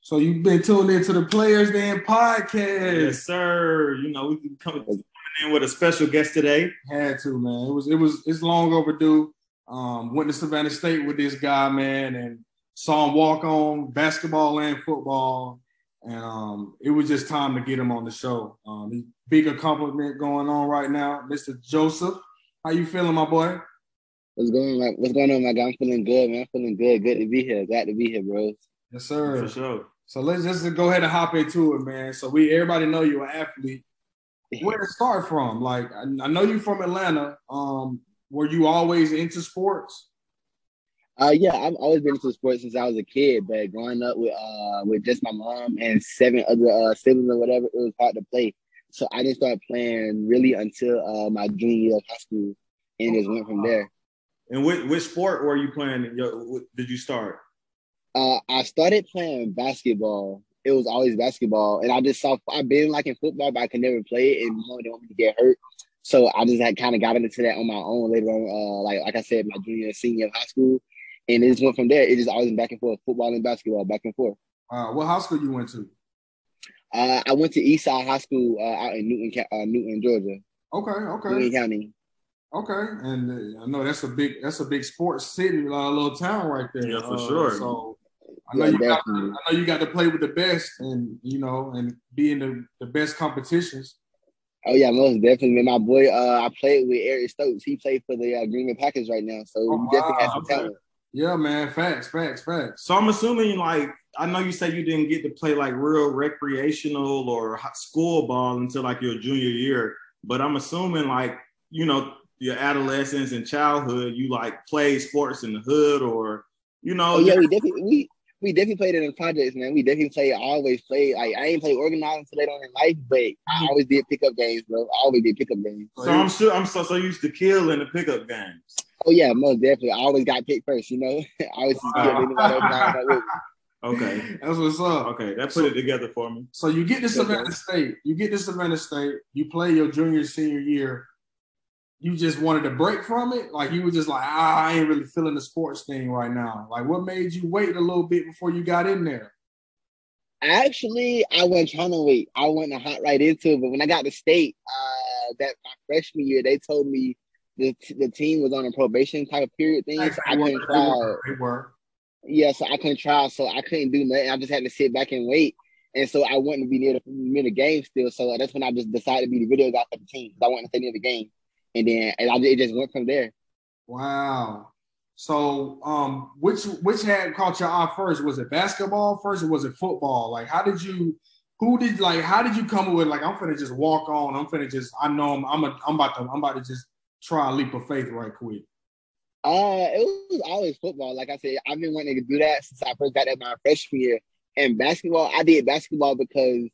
So you've been tuned into the Players Dan podcast. Yes, sir. You know, we coming coming in with a special guest today. Had to, man. It was it was it's long overdue. Um, went to Savannah State with this guy, man, and saw him walk on basketball and football. And um, it was just time to get him on the show. Um, the big accomplishment going on right now, Mr. Joseph. How you feeling, my boy? What's going on? my- What's going on, my guy? I'm feeling good, man. I'm feeling good. Good to be here. Glad to be here, bro. Yes, sir. For sure. So let's just go ahead and hop into it, man. So we everybody know you're an athlete. Where to start from? Like I, I know you're from Atlanta. Um, were you always into sports? Uh, yeah, I've always been into sports since I was a kid, but growing up with uh with just my mom and seven other uh, siblings or whatever, it was hard to play. So I didn't start playing really until uh, my junior year of high school, and just went from there. And which, which sport were you playing? in your- what Did you start? Uh, I started playing basketball. It was always basketball, and I just saw I've been like in football, but I could never play it, and you know, they want me to get hurt. So I just had kind of gotten into that on my own later on. Uh, like like I said, my junior and senior of high school, and it just went from there. It just always been back and forth, football and basketball, back and forth. Uh, what high school you went to? Uh, I went to Eastside High School uh, out in Newton, Ca- uh, Newton, Georgia, Okay, Newton okay, County. okay. And uh, I know that's a big that's a big sports city, uh, little town right there. Yeah, for Uh, sure. So I know Yeah, you got definitely. I know you got to play with the best, and you know, and be in the, the best competitions. Oh yeah, most definitely, man. My boy, uh, I played with Eric Stokes. He played for the uh, Green Bay Packers right now, so Oh, he definitely has wow. some talent. Yeah, man. Facts, facts, facts. So I'm assuming, like, I know you said you didn't get to play like real recreational or hi- school ball until like your junior year, but I'm assuming, like, you know, your adolescence and childhood, you like played sports in the hood or, you know, Oh yeah, we definitely we we definitely played it in projects, man. We definitely played. I always played. Like I ain't played organized until later on in life, but I always did pickup games, bro. I always did pickup games. So I'm sure I'm so so used to kill in the pickup games. Oh yeah, most definitely. I always got picked first, you know. I always just get Wow. anybody organized. like, look, Okay, That's what's up. okay, that put it together for me. So you get to Savannah Okay. State. You get to Savannah State. You play your junior senior year. You just wanted a break from it, like you were just like, ah, I ain't really feeling the sports thing right now. Like, what made you wait a little bit before you got in there? Actually, I wasn't trying to wait. I wanted to hop right into it, but when I got to state, uh, that my freshman year, they told me the the team was on a probation type of period thing, so I They were- couldn't they try. were- they were. Yeah, so I couldn't try, so I couldn't do nothing. I just had to sit back and wait. And so I wanted to be near the, near the game still. So that's when I just decided to be the video guy for the team. I wanted to stay near the game. And then and I, it just went from there. Wow. So, um, which which had caught your eye first? Was it basketball first, or was it football? Like, how did you? Who did like? How did you come up with like? I'm finna just walk on. I'm finna just. I know I'm. I'm. A, I'm about to. I'm about to just try a leap of faith right quick. Uh, it was always football. Like I said, I've been wanting to do that since I first got at my freshman year. And basketball, I did basketball because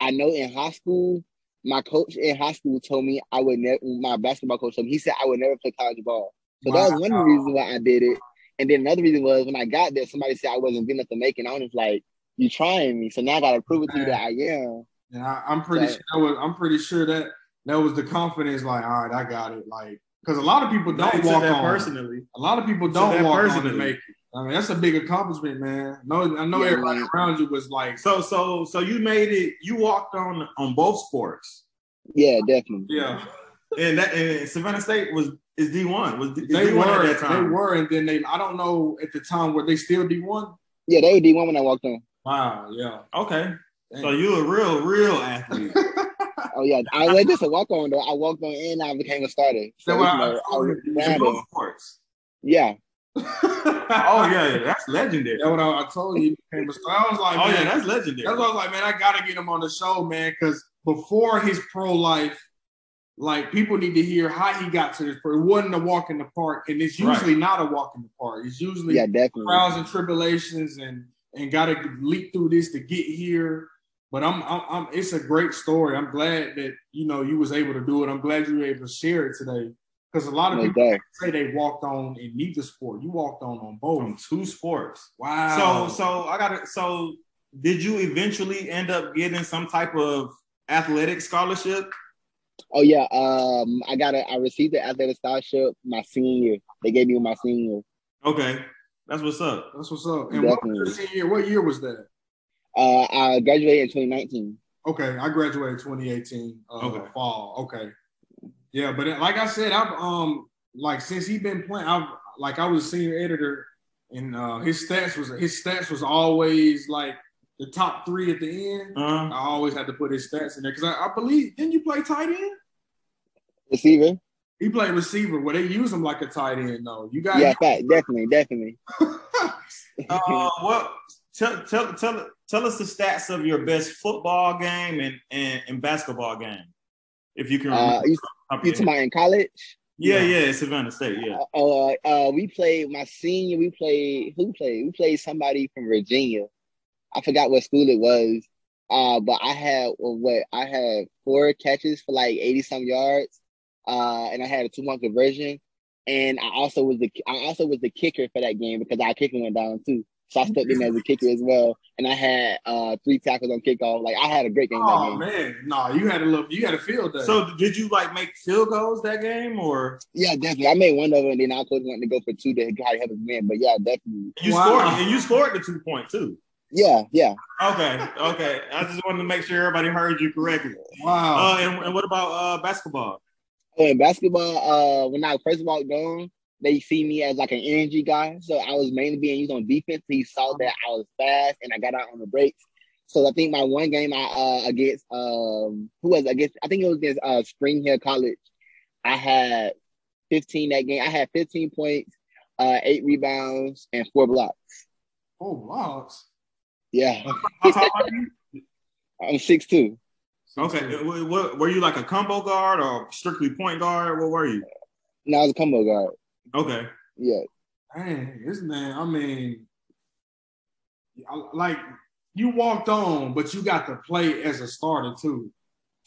I know in high school, my coach in high school told me I would never. My basketball coach told me he said I would never play college ball. So that was one Wow. reason why I did it. And then another reason was when I got there, somebody said I wasn't good enough to make it. And I was like, "You trying me?" So now I got to prove it to you that I am. And I, I'm pretty Right. sure that was, I'm pretty sure that that was the confidence. Like, all right, I got it. Like, because a lot of people I don't took walk that on. personally. A lot of people Took don't that walk on personally. and make it. I mean, that's a big accomplishment, man. No, I know Yeah, everybody man. around you was like, So so so you made it. You walked on on both sports, Yeah, definitely. yeah, and that and Savannah State was is D one was is they D one were, at that they time. were, and then they. I don't know at the time where they still D one. Yeah, they were D one when I walked on. Wow, yeah. Okay, so Dang. you a real real athlete. Oh yeah, I was just a walk on though. I walked on and I became a starter. So, That's what you know, I was In grounded. oh, both sports. Yeah, Oh yeah, yeah, that's legendary. That's what I, I told you. he became a star. I was like, Oh man, yeah, that's legendary. That's why I was like, man, I gotta get him on the show, man, because before his pro life, like people need to hear how he got to this. Pro. It wasn't a walk in the park, and it's Right. usually not a walk in the park. It's usually yeah, definitely. trials and tribulations, and and gotta leap through this to get here. But I'm, I'm, I'm, it's a great story. I'm glad that you know you was able to do it. I'm glad you were able to share it today, because a lot of Like people that. say they walked on in neither sport. You walked on on From both. two sports. Wow. So so I got to so did you eventually end up getting some type of athletic scholarship? Oh yeah, um, I got a, I received the athletic scholarship my senior. year. They gave me my senior. year. Okay, that's what's up. that's what's up. And what, was your senior, what year was that? Uh, I graduated in 2019. Okay, I graduated 2018 uh, Okay. fall. Okay, yeah, but it- like I said, I've um like since he been playing, I've like I was a senior editor, and uh, his stats was his stats was always like the top three at the end. Uh, I always had to put his stats in there because I, I believe didn't you play tight end? Receiver? He played receiver. Well, they use him like a tight end though. You got Yeah, fact, definitely, definitely. Oh. uh, what? Tell, tell, tell, tell us the stats of your best football game and, and, and basketball game, if you can Uh, remember. you, off the top of you talking your head. about in college? yeah, yeah, it's Savannah State. Yeah. Uh, uh, we played my senior. We played who played? We played somebody from Virginia. I forgot what school it was. Uh, but I had well, what I had four catches for like eighty some yards. Uh, and I had a two point conversion. And I also was the I also was the kicker for that game because our kicker went down too. So I stepped in as a kicker as well. And I had uh three tackles on kickoff. Like I had a great game that Oh game. man, no, you had a little, you had a field day. So did you like make field goals that game, or Yeah, definitely. I made one of them, and then I coach wanted to go for two to try to help us win. But yeah, definitely. you Wow. scored and you scored the two point too? Yeah, yeah. Okay, okay. I just wanted to make sure everybody heard you correctly. wow, Uh, and, and what about uh, basketball? Oh, in basketball, uh, when I first walked on, they see me as like an energy guy. So I was mainly being used on defense. He saw that I was fast and I got out on the breaks. So I think my one game I uh against um who was it? against I think it was against uh Spring Hill College. I had 15 that game. I had 15 points, uh, eight rebounds, and four blocks. oh blocks. Yeah. How tall are you? I'm six two. Okay, what, what, were you like a combo guard or strictly point guard? What were you? Now I was a combo guard. Okay, Yeah. Dang, this man, I mean, I- like you walked on, but you got to play as a starter too.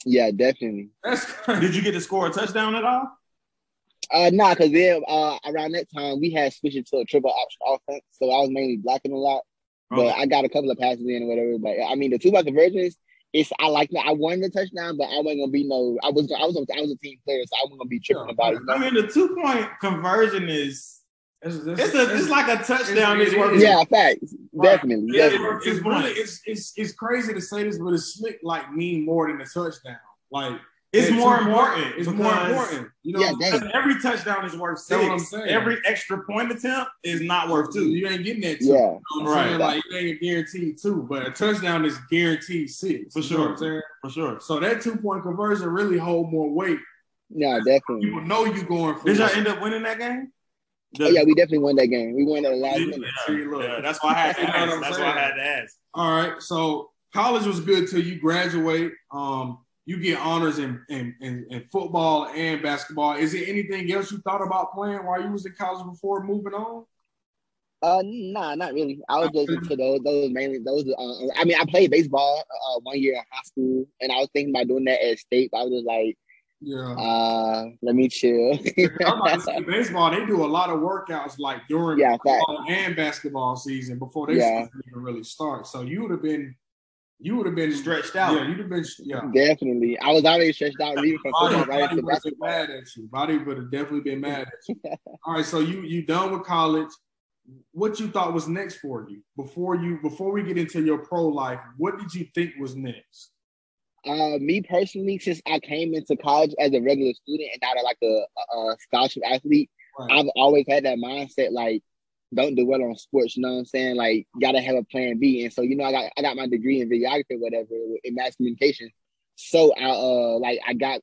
Yeah, definitely. That's crazy. did you get to score a touchdown at all? Uh, nah, cause then uh, around that time we had switched it to a triple option offense, so I was mainly blocking a lot. But Okay. I got a couple of passes in or whatever. But I mean, the two by conversions, it's I like that. I won the touchdown, but I wasn't gonna be no. I was I was I was a team player, so I wasn't gonna be tripping Yeah. about it. you I know? mean, the two point conversion is It's, it's- it's a, it's like a touchdown. It's- It's worth Yeah, facts, Right. definitely, Yeah, definitely. it's it's really points. it's, it's it's crazy to say this, but it's slick like mean more than a touchdown. Like It's that more two-point- important. It's more because- important. You know, Yeah, what Because dang. every touchdown is worth That's what I'm six. saying. Every extra point attempt is not I'm worth saying? two. you ain't getting that. Two, yeah, You know what I'm saying? Right. Like it ain't a guaranteed two, but a touchdown is guaranteed six. For You know what I'm sure. saying? For sure. So that two point conversion really hold more weight. yeah, definitely. People know you going for Did y'all it. end up winning that game? Oh, yeah, we definitely won that game. We won at the last Yeah, minute. See, look. yeah, that's why I had to You know what ask. I'm That's why saying? I had to ask. All right. So college was good till you graduate. Um, you get honors in, in, in, in football and basketball. Is there anything else you thought about playing while you was in college before moving on? Uh, nah, not really. I was just into those. Those mainly those. Uh, I mean, I played baseball uh, one year in high school, and I was thinking about doing that at state. But I was just like, Yeah. uh, let me chill. I'm about to say baseball, they do a lot of workouts like during Yeah, fact. football and basketball season before they Yeah. season even really start. So you would have been you would have been Stretched out. Yeah, you'd have been yeah. Definitely, I was already stretched out reading from Body, football right body into would have been basketball. mad at you. Body would have definitely been mad at you. All right, so you you done with college. What you thought was next for you before you before we get into your pro life? What did you think was next? Uh, me personally, since I came into college as a regular student and not a, like a, a a scholarship athlete, Right. I've always had that mindset like, don't do well on sports. You know what I'm saying? Like, gotta have a plan B. And so, you know, I got I got my degree in videography, or whatever, in mass communication. So I uh like I got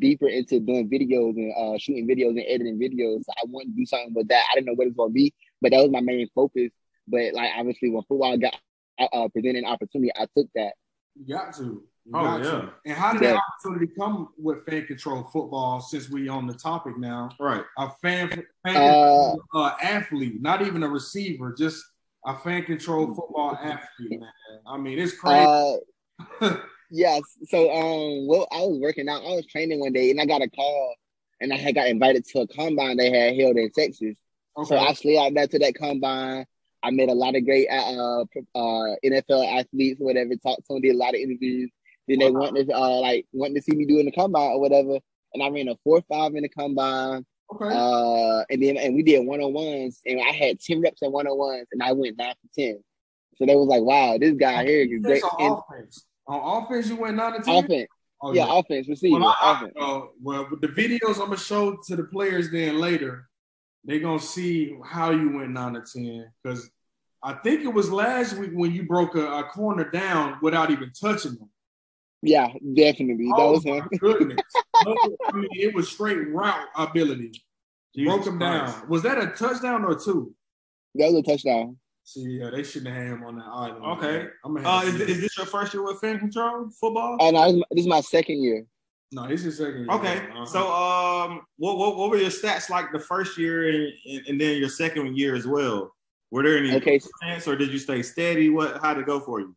deeper into doing videos and uh shooting videos and editing videos. I wanted to do something with that. I didn't know what it was gonna be, but that was my main focus. But like obviously, when football got uh, presented an opportunity, I took that. You got to. You Oh, got yeah. to. And how did Yeah. that opportunity come with fan control football? Since we on the topic now, Right. a fan, fan Uh, control, uh, athlete, not even a receiver, just a fan control football athlete. Man, I mean it's crazy. Mm. Uh, Yes. So um well I was working out, I was training one day and I got a call and I had got invited to a combine they had held in Texas. So I slid out there to that combine. I met a lot of great uh, pro- uh NFL athletes, whatever, talked to them, did a lot of interviews. Then they Wow. wanted to uh like wanted to see me doing the combine or whatever. And I ran a four five in the combine. okay. Uh and then and we did one on ones and I had ten reps at one on ones and I went nine for ten. So they was like, wow, this guy here is great. Defense And on offense. On offense, you went nine to ten. offense. Oh, yeah, offense. Receiver. Well, I, offense. I, uh, well, with the videos I'm gonna show to the players then later, they gonna see how you went nine to ten. Because I think it was last week when you broke a, a corner down without even touching them. yeah, definitely. That Oh was my him. goodness! No, I mean, it was straight route ability. Jesus broke him Christ. down. Was that a touchdown or two? That was a touchdown. See, yeah, they shouldn't have had him on that island. Okay. I'm gonna Uh, have is, to- is this your first year with fan control football? And I, this is my second year. no, it's his second. year. Okay, Uh-huh. so um, what, what what were your stats like the first year and, and, and then your second year as well? Were there any Okay, chance or did you stay steady? What how did it go for you?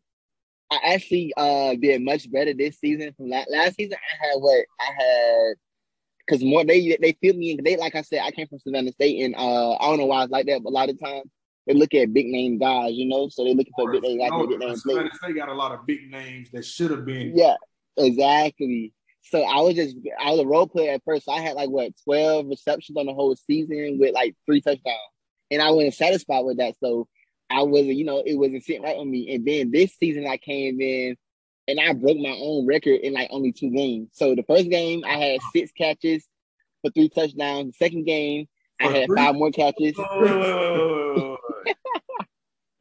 I actually uh did much better this season from last, last season. I had what I had because more they they feel me. They like I said, I came from Savannah State, and uh I don't know why it's like that, but a lot of times they look at big name guys, you know, so they looking for big name guys, No, and big name players. Savannah State got a lot of big names that should have been. Yeah, exactly. So I was just I was a role player at first. So I had like what twelve receptions on the whole season with like three touchdowns, and I wasn't satisfied with that. So I wasn't, you know, it wasn't sitting right on me. And then this season I came in and I broke my own record in like only two games. So the first game I had six catches for three touchdowns. The second game I For had three? five more catches. Wait, wait, wait, wait, wait, wait, wait.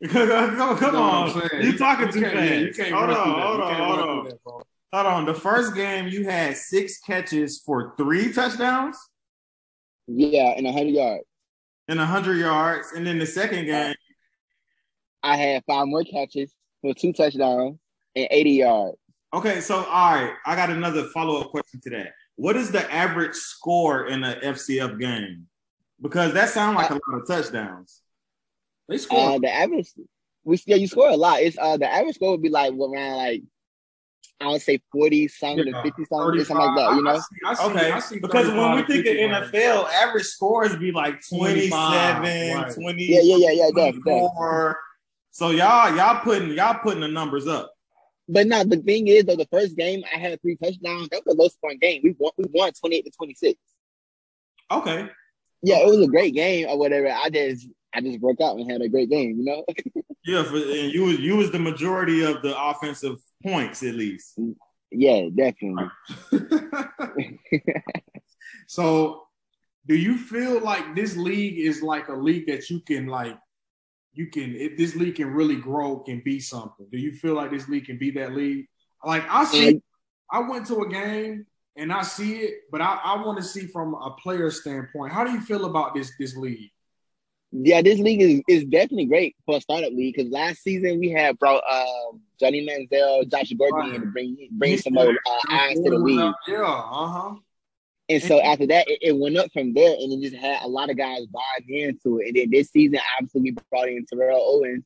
come come, You come know what I'm on, saying? you talking too can't- fast. yeah, you can't hold run on, through that. hold You on, can't hold run on. through that, bro. Hold on. The first game you had six catches for three touchdowns Yeah, and hundred yards. and hundred yards, and then the second game, I had five more catches for two touchdowns and eighty yards. Okay, so all right, I got another follow up question to that. What is the average score in a FCF game? Because that sounds like a lot of touchdowns. They Uh, scored. the average, we yeah, you score a lot. It's uh, the average score would be like what, around like I would say forty something, Yeah, to fifty something, something like that. You I- I know, see- I see- Okay, I see because when 35 we to think 50 of range. NFL, average scores be like 27, 25, right. 20, yeah, yeah, yeah, yeah, def, def. 24. So y'all, y'all putting y'all putting the numbers up. But no, the thing is though, the first game I had three touchdowns. That was a low scoring game. We won, we won twenty eight to twenty six. Okay, Yeah, it was a great game or whatever. I just I just broke out and had a great game. You know, yeah, for, and you was you was the majority of the offensive points at least. yeah, definitely. so do you feel like this league is like a league that you can like you can if this league can really grow can be something do you feel like this league can be that league like i Uh, see i went to a game and i see it but i, I want to see from a player standpoint how do you feel about this this league Yeah, this league is, is definitely great for a startup league because last season we had brought um, Johnny Manziel, Josh Gordon in to bring bring some more uh, eyes to the league. yeah uh-huh And so after that, it, it went up from there, and it just had a lot of guys buying into it. And then this season, obviously, we brought in Terrell Owens,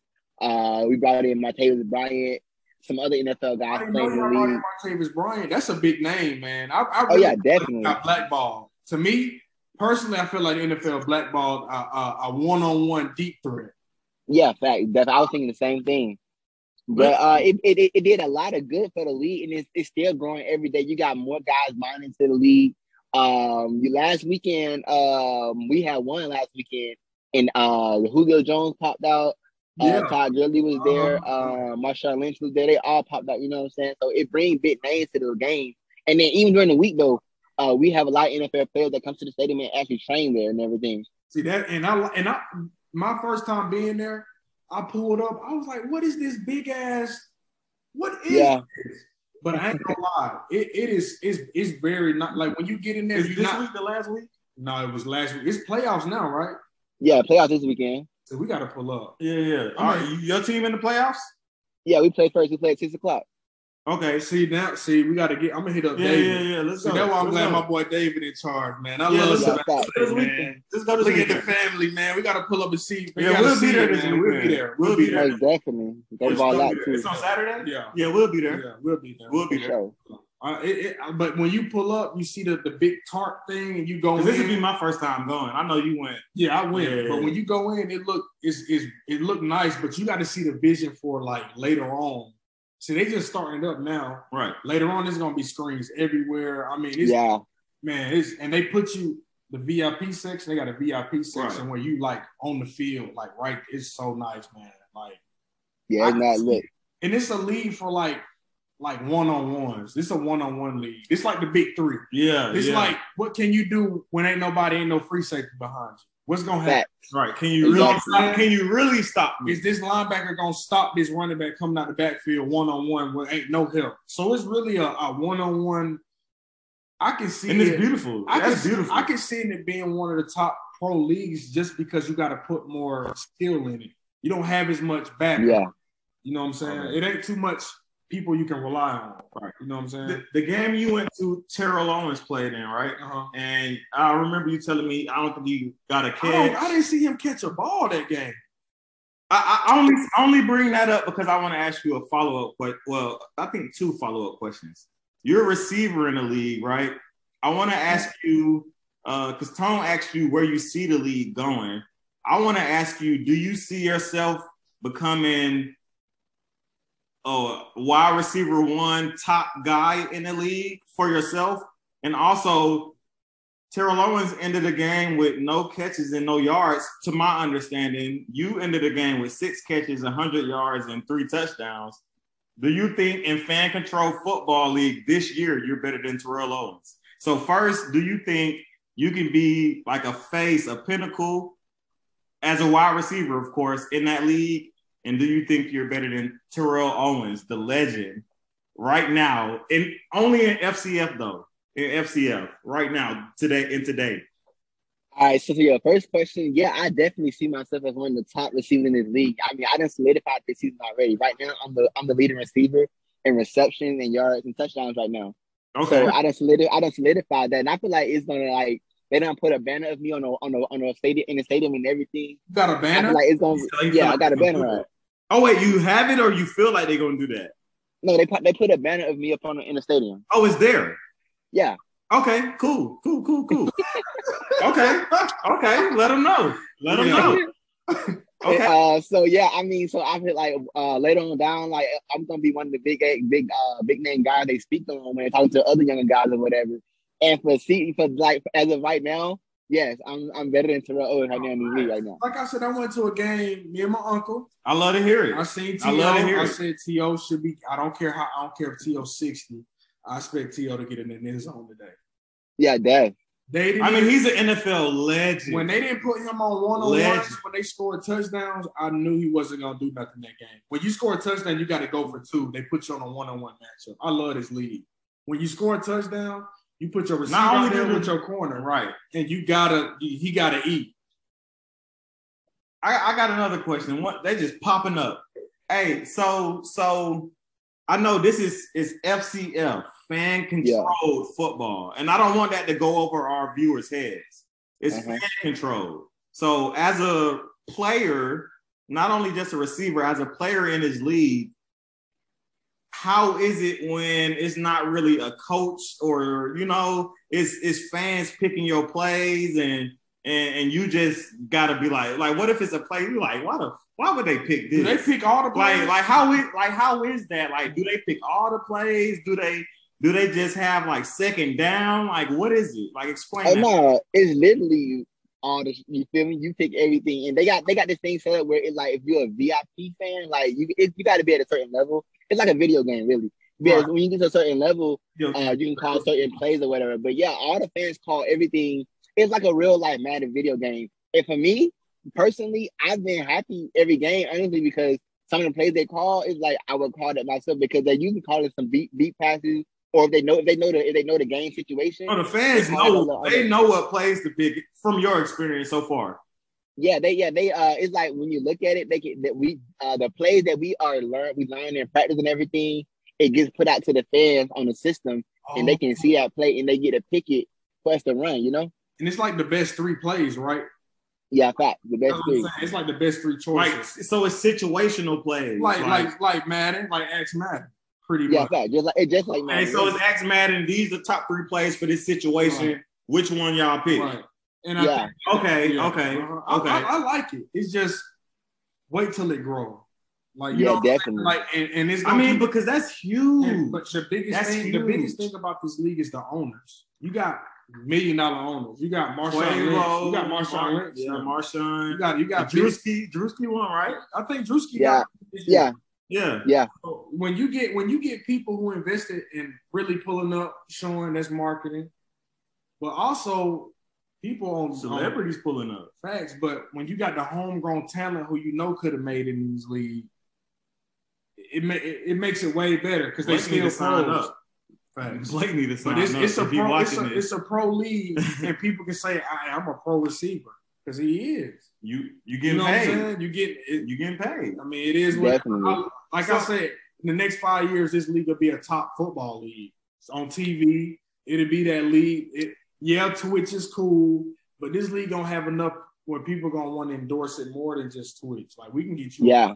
uh, we brought in Martavis Bryant, some other NFL i guys didn't know playing in you the already league. Martavis Bryant. That's a big name, man. I, I Oh really yeah, definitely. got blackballed. To me, personally, I feel like the NFL blackballed a, a, a one-on-one deep threat. Yeah, fact. Def- I was thinking the same thing. But uh, it, it it- it did a lot of good for the league, and it's, it's still growing every day. You got more guys buying into the league. Um, you- last weekend, um, we had one last weekend, and uh, Julio Jones popped out. Uh, Yeah. Todd Gurley was there. Uh-huh. Uh, Marshawn Lynch was there. They all popped out. You know what I'm saying? So it brings big names to the game. And then even during the week though, uh, we have a lot of NFL players that come to the stadium and actually train there and everything. See that, and I and I, my first time being there, I pulled up. I was like, "What is this big ass? What is?" Yeah. This? But I ain't gonna lie, it, it is it's it's very not like when you get in there. Is you this not, week the last week? No, it was last week. It's playoffs now, right? Yeah, playoffs this weekend. So we got to pull up. Yeah, yeah. All right, you- your team in the playoffs? Yeah, we play first. We play at six o'clock. Okay, See now, see we got to get. I'm gonna hit up Yeah, David. yeah, yeah. Let's See, go. that's why I'm Let's glad go. my boy David in charge, man. I Yeah, love let's that. Yeah, fact. This man. weekend. Let's go to Look the at the family, man. We gotta pull up and see. We Yeah, gotta we'll be see there it, this man. We'll be weekend. there. We'll, We'll be be there. there. Most definitely. Go It's ball gonna out be there. too. It's on Saturday. Yeah, Yeah, we'll be there. yeah, we'll be there. We'll For be there. sure. Uh, it, it, uh, but when you pull up, you see the, the big tart thing, and you go 'Cause in. Oh, This would be my first time going. I know you went. yeah, I went. Yeah. But when you go in, it look it's, it's it look nice, but you got to see the vision for like later on. See, they just starting it up now. Right. Later on, there's gonna be screens everywhere. I mean, it's, Yeah. man, it's and they put you the VIP section. They got a VIP section where you like on the field, like right. It's so nice, man. Like Yeah, it's not lit. and it's a league for like like one on ones. It's a one on one league. It's like the big three. Yeah, It's yeah. like what can you do when ain't nobody, ain't no free safety behind you? What's gonna happen? Fact. right. Can you really Exactly. stop? Can you really stop me? Is this linebacker gonna stop this running back coming out the backfield one on one when ain't no help? So it's really a one on one. I can see And it's it. beautiful. I That's can, beautiful. I can see it being one of the top pro leagues just because you got to put more skill in it. You don't have as much back. Yeah. You know what I'm saying? Alright. It ain't too much people you can rely on. Right. You know what I'm saying? the, the game you went to, Terrell Owens played in, right? Uh-huh. And I remember you telling me I don't think you got a I, don't- catch. I didn't see him catch a ball that game. I, I only I only bring that up because I want to ask you a follow up. But well, I think two follow up questions. You're a receiver in the league, right? I want to ask you because Tom asked you where you see the league going. I want to ask you: Do you see yourself becoming a wide receiver one top guy in the league for yourself? And also, Terrell Owens ended the game with no catches and no yards. To my understanding, you ended the game with six catches, 100 yards, and three touchdowns. Do you think in fan control football league this year you're better than Terrell Owens? So first, do you think you can be like a face, a pinnacle as a wide receiver, of course, in that league? And do you think you're better than Terrell Owens, the legend, right now? And only in FCF though in FCF right now, today and today. All right, so for your first question, yeah, I definitely see myself as one of the top receivers in this league. I mean, I done solidified this season already. Right now, I'm the I'm the leading receiver in reception and yards and touchdowns right now. Okay. So I done solidify, I done solidified that, and I feel like it's gonna like they done put a banner of me on a on a on a stadium in the stadium and everything. You got a I banner? feel like it's gonna So you feel yeah, like I got a they're gonna banner. do Up. that? Oh wait, you have it or you feel like they're gonna do that? No, they put they put a banner of me up on the, in the stadium. Oh, it's there. Yeah, Okay, cool, cool, cool, cool. okay, okay, let them know. Let them Yeah. know. Okay, Uh, so yeah, I mean, so I feel like uh, later on down, like I'm gonna be one of the big big uh, big name guys they speak on when they talk to other younger guys or whatever. And for see for like as of right now, yes, I'm I'm better than Terrell Owens right now in the league right now. Like I said, I went to a game. Me and my uncle. I love to hear I it. seen T.O. I love to hear I it. said T.O. should be. I don't care how. I don't care if T.O. sixty. I expect T.O. to get in the end zone today. Yeah, Dad. They didn't I mean, he's an NFL legend. When they didn't put him on one on Legend. ones, when they scored touchdowns, I knew he wasn't gonna do nothing that game. When you score a touchdown, you got to go for two. They put you on a one on one matchup. I love this league. When you score a touchdown, you put your receiver Not only out there do the- with your corner, right? right. And you gotta, he gotta eat. I, I got another question. What they just popping up. Hey, so so I know this is is FCF fan controlled football, and I don't want that to go over our viewers' heads. It's Uh-huh. fan controlled. So as a player, not only just a receiver, as a player in his league, how is it when it's not really a coach or you know, it's it's fans picking your plays and and, and you just gotta be like, like, what if it's a play? You like, why the why would they pick Do this? they pick all the like, players? like how is like how is that? Like, do they pick all the plays? Do they do they just have like second down? Like, what is it? Like, explain. Oh that. no, it's literally all this. You feel me? You pick everything, and they got they got this thing set up where it like if you're a VIP fan, like you it, you got to be at a certain level. It's like a video game, really. Because when you get to a certain level, Yo, uh, you can call certain plays or whatever. But yeah, all the fans call everything. It's like a real life Madden video game. And for me personally, I've been happy every game honestly because some of the plays they call is like I would call it myself because they usually call it some beat beat passes or if they know if they know the if they know the game situation. So Oh, the fans know they know what plays to pick from your experience so far. Yeah, they yeah they uh it's like when you look at it, they can that we uh the plays that we are learn we learn in practice and everything, it gets put out to the fans on the system Oh, and they can see that play and they get a picket for us to run, you know? and it's like the best three plays, right? Yeah, fact. The That's best what I'm three. saying. It's like the best three Like, choices. so it's situational plays. Like, like, like, Madden, like X Madden, pretty Yeah, much. fact. Just like it's just like and man, so it's X Madden. These are top three plays for this situation. Which one y'all pick? Right. And I yeah. think Okay, Yeah. okay, Uh-huh. I- okay. I, I like it. It's just wait till it grows. Like you yeah, know, what I'm definitely. saying? like and, and it's. I gonna mean, keep- because that's huge. and- but the biggest that's thing, the huge. biggest thing about this league is the owners. You got million dollar owners. You got Marshawn Lynch. Quavo, You got Marshawn Lynch. Yeah, You Marshawn. got you got big- Drewski, Drewski won, right? I think Drewski Yeah. got yeah, Yeah. when you get when you get people who invested in really pulling up, showing that's marketing, but also people on on Celebrities pulling up. facts. But when you got the homegrown talent who you know could have made it in these leagues, it ma- it, it makes it way better because they Blake need still to sign pros. up. Facts. Blake need to sign But it's, up. it's a if you pro, it's watching a, this, it's a pro league, and people can say I, I'm a pro receiver because he is. you you You getting know what I'm paid. saying? You get. It, You getting paid. I mean, it is what definitely. I- Uh, like I said, in the next five years, this league will be a top football league. It's on TV. It'll be that league. It, yeah, Twitch is cool, but this league don't have enough where people gonna want to endorse it more than just Twitch. Like we can get you. Yeah,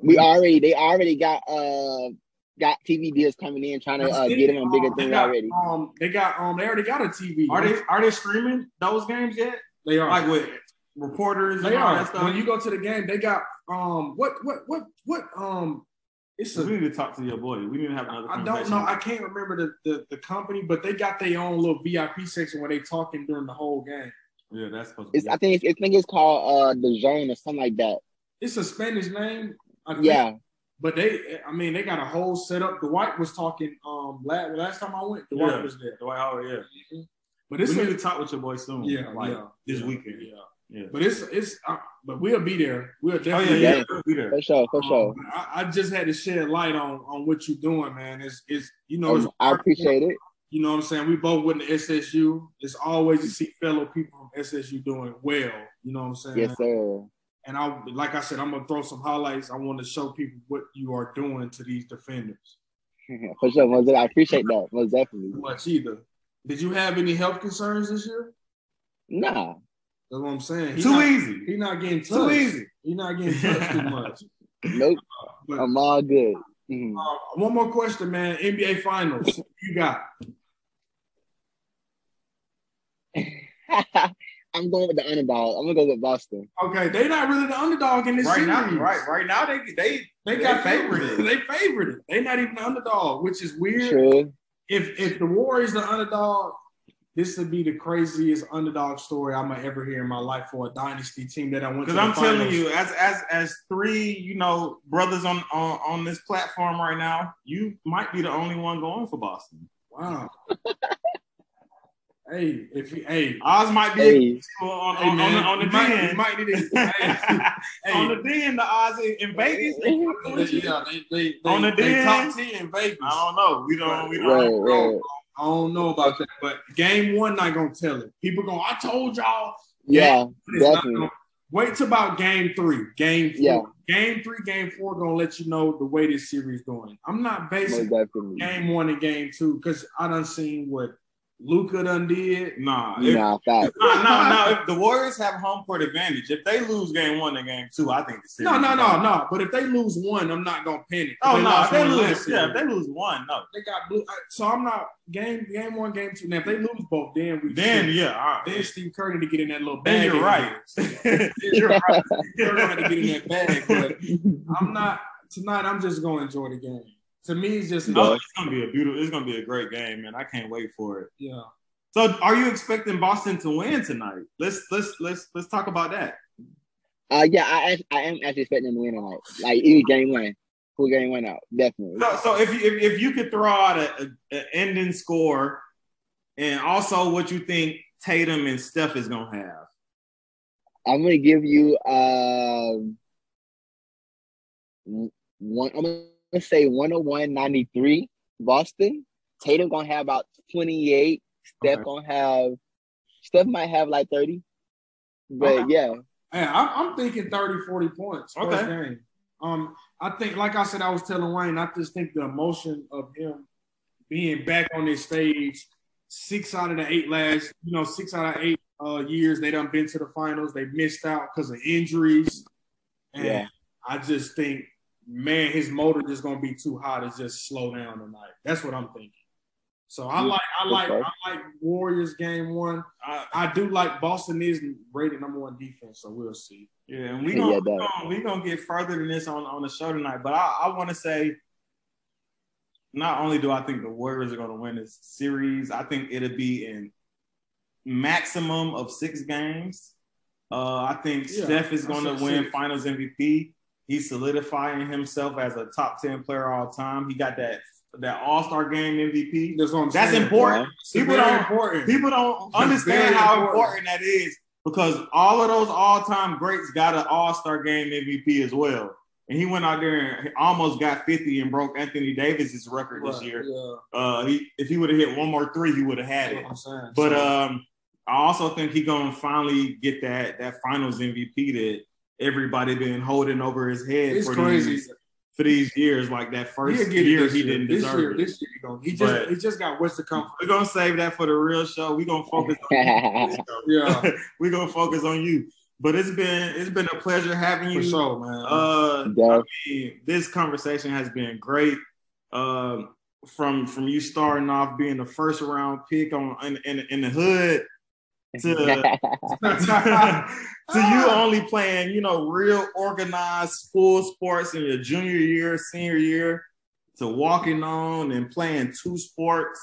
we already they already got uh got TV deals coming in trying to uh, get them a bigger They thing got, already. Um, they got um, they already got a TV. Are they are they streaming those games yet? They are. Like with reporters and they all are. that stuff. When you go to the game, they got um, what what what what um, it's a we need to talk to your boy. We need to have another. I don't conversation. know. I can't remember the, the, the company, but they got their own little VIP section where they talking during the whole game. yeah, that's supposed to It's, be. I think it's, I think it's called uh the zone or something like that. It's a Spanish name. I think, Yeah, But they, I mean, they got a whole setup. Dwight was talking um last, last time I went, Dwight Yeah. was there. Dwight Howard. Oh, Yeah, But it's we a, need to talk with your boy soon. yeah, like yeah, this yeah, weekend. Yeah. Yeah. But it's it's uh, but we'll be there. We'll Oh definitely be yeah, yeah, there. yeah. we'll be there. for sure, for Um, sure. I, I just had to shed light on on what you're doing, man. It's it's you know it's Um, I appreciate it. You know what I'm saying? We both went to SSU. It's always to see fellow people from SSU doing well. You know what I'm saying? Yes, sir. And I like I said, I'm gonna throw some highlights. I want to show people what you are doing to these defenders. for sure, most I appreciate that most definitely. Much either. Did you have any health concerns this year? Nah, That's what I'm saying. He Too not, easy. He not getting Too touched. easy. He not getting touched too much. nope, But Um, I'm all good. Mhm. uh, one more question, man. NBA Finals. Who You got? I'm going with the underdog. I'm gonna go with Boston. Okay, they not really the underdog in this Right series. now, right, right now they they They got They favored. favorited. They favored. They not even the underdog, which is weird. True. if if the Warriors the underdog, this would be the craziest underdog story I might ever hear in my life for a dynasty team that I went. to because the I'm telling finals. you, as as as three you know brothers on on on this platform right now, you might be the only one going for Boston. wow. hey, if you, hey, Oz might be Hey, on, on, hey on, man, the, on the you D might, you end. might need to, hey, hey, on the D end, the Oz in, in Vegas. They fucking they, with you. yeah, they, they, they, On the they den. top ten in Vegas. I don't know. We don't. We don't. right, right. I don't know about that, but game one not gonna tell it. People going, I told y'all Yeah, But it's not Definitely. gonna- Wait till about game three, game four, Yeah. game three, game four. Gonna let you know the way this series going. I'm not most basing definitely. game one and game two because I done seen what Luca done did. Nah. If, Nah, fact. No, no, no. If the Warriors have home court advantage, if they lose game one and game two, I think the series. No, no, is no, over. no. But if they lose one, I'm not gonna panic. Oh They no, if lost they one lose, last yeah, if series. they lose one, no. they got blue. I- So I'm not game game one, game two. Now if they lose both, then we Then yeah, all then right. Steve Curry need to get in that little bag. Then you're right. you're right. Curry had to get in that bag, but I'm not tonight. I'm just going to enjoy the game. To me, it's just Oh, it's gonna be a beautiful. It's gonna be a great game, man. I can't wait for it. yeah. So, are you expecting Boston to win tonight? Let's let's let's let's talk about that. Uh, yeah, I act- I am actually expecting them to win tonight. Like even game one, cool game one out, definitely. So, so if you if, if you could throw out a, a, a ending score, and also what you think Tatum and Steph is gonna have. I'm gonna give you um one. I'm gonna say 101.93 Boston. Tatum gonna have about 28. Steph Okay. gonna have. Steph might have like 30. But Okay. yeah, Hey, I'm, I'm thinking 30, 40 points. Okay. Okay. game. Um, I think, like I said, I was telling Wayne, I just think the emotion of him being back on this stage, six out of the eight last, you know, six out of eight uh, years they done been to the finals. They missed out because of injuries, and Yeah. I just think, man, his motor just gonna be too hot to just slow down tonight. That's what I'm thinking. So I Mm, like, I like, okay. I like Warriors game one. I, I do like Boston is rated number one defense, so we'll see. Yeah, and we Yeah, gonna, we that- gonna we gonna get further than this on, on the show tonight. But I, I want to say, not only do I think the Warriors are gonna win this series, I think it'll be in maximum of six games. Uh, I think Yeah, Steph is I gonna said win six. Finals MVP. He's solidifying himself as a top ten player all time. He got that that All Star Game MVP. That's, what I'm That's saying. important. It's People very don't- important. People don't It's understand very how important. important. that is because all of those all time greats got an All Star Game MVP as well. And he went out there and almost got 50 and broke Anthony Davis's record this Right, year. Yeah, Uh, he, if he would have hit one more three, he would have had that's it. what I'm saying. But So, um, I also think he's gonna finally get that that Finals MVP that everybody been holding over his head it's for crazy. these for these years. Like that first He'll get it year, this he didn't this deserve year, it. This year, he, gonna, he just But- he just got Western Conference. We're gonna save that for the real show. We're gonna focus on this show. Yeah, We're gonna focus on you. But it's been it's been a pleasure having for you. sure, man. Uh, Yeah. this conversation has been great. Um, from from you starting off being the first round pick on in, in, in the hood to to you only playing, you know, real organized school sports in your junior year, senior year, to walking on and playing two sports.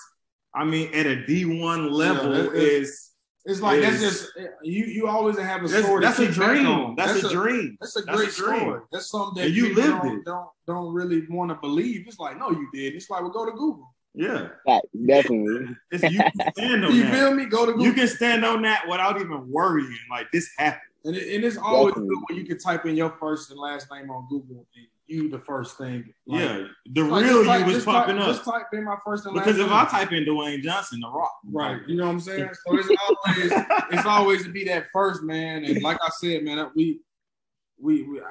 I mean, at a D1 level Yeah, it- it- is it's like that's is- just you. You always have a that's, story. to that's a kick back dream. on. That's, a, dream. That's a That's great a dream. story. That's something that And you people lived don't, it. don't don't really want to believe. It's like, no, you did. It's like, well, go to Google. Yeah. Like, definitely. It's, you can stand on you that. feel me? Go to Google. You can stand on that without even worrying. Like this happened. and, it, and it's always Definitely. good when you can type in your first and last name on Google and you the first thing. Like, yeah. The like, real just type- you was just popping type, Just up. type in my first and last Because if name. I type in Dwayne Johnson, the rock. Right, you know what I'm saying. So it's always it's always to be that first man, and like I said, man, that we we, we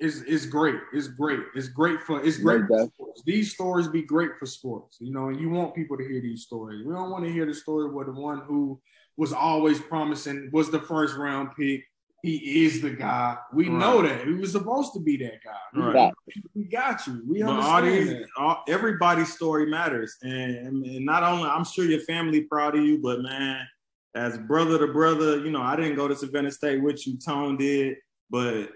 it's it's great, it's great, it's great for it's great. Yeah. For sports. These stories be great for sports, you know, and you want people to hear these stories. We don't want to hear the story where the one who was always promising was the first round pick. He is the guy. We Right. know that. He was supposed to be that guy. We- Right. Right. We got you. We But all understand these, that. all, everybody's story matters, and, and not only I'm sure your family proud of you, but man, as brother to brother, you know I didn't go to Savannah State with you, Tone did, but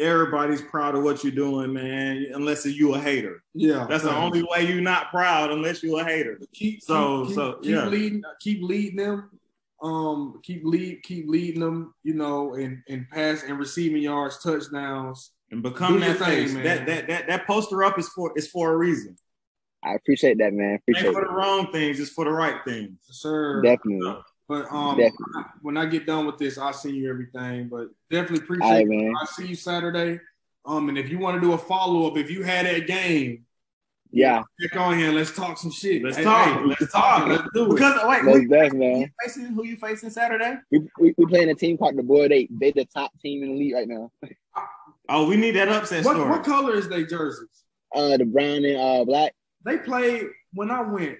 everybody's proud of what you're doing, man. Unless you a hater, Yeah, that's the thanks. only way you're not proud unless you a hater. keep So- so keep, so, keep yeah. leading uh, keep leading them um keep lead keep leading them you know and and pass and receiving yards touchdowns And become Do your that thing, face. man. That, that that that poster up is for is for a reason. I appreciate that, man. It Appreciate ain't for the it. wrong things, it's for the right things. sir Definitely. but um Definitely. I- when i get done with this i'll send you everything but definitely All appreciate right, it. man. i'll see you saturday um and if you want to do a follow-up if you had that game Yeah. click on here and let's talk some shit Let's Hey, talk. hey, let's talk. let's do it Because wait, who Most you definitely, man. facing? Who you facing Saturday? We, we, we playing a team called the Boy They. They the top team in the league right now. Oh, we need that upset what, story. what color is they jerseys Uh, the brown and uh black. they played when i went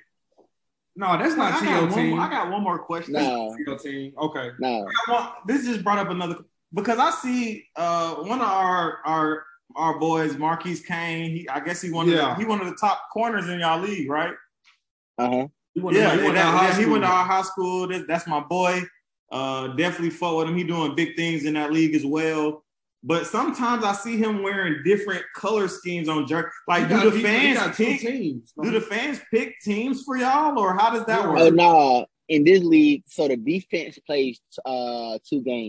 no that's I not got TO one team. more- I got one more question. Nah, TO team. Okay. nah. I want- this just brought up another because I see uh, one of our our our boys, Marquise Kane. He, I guess he one Yeah. of the, he one of the top corners in y'all league, right? Uh huh. He went to- Yeah, he he went, went to high yeah, he school. went to our high school. That, that's my boy. Uh, definitely fought with him. He doing big things in that league as well. But sometimes I see him wearing different color schemes on jerk. Like, He do got- the he- he fans got two pick? teams. Do the fans pick teams for y'all, or how does that Yeah. work? Oh no. In this league, so the defense plays uh two games.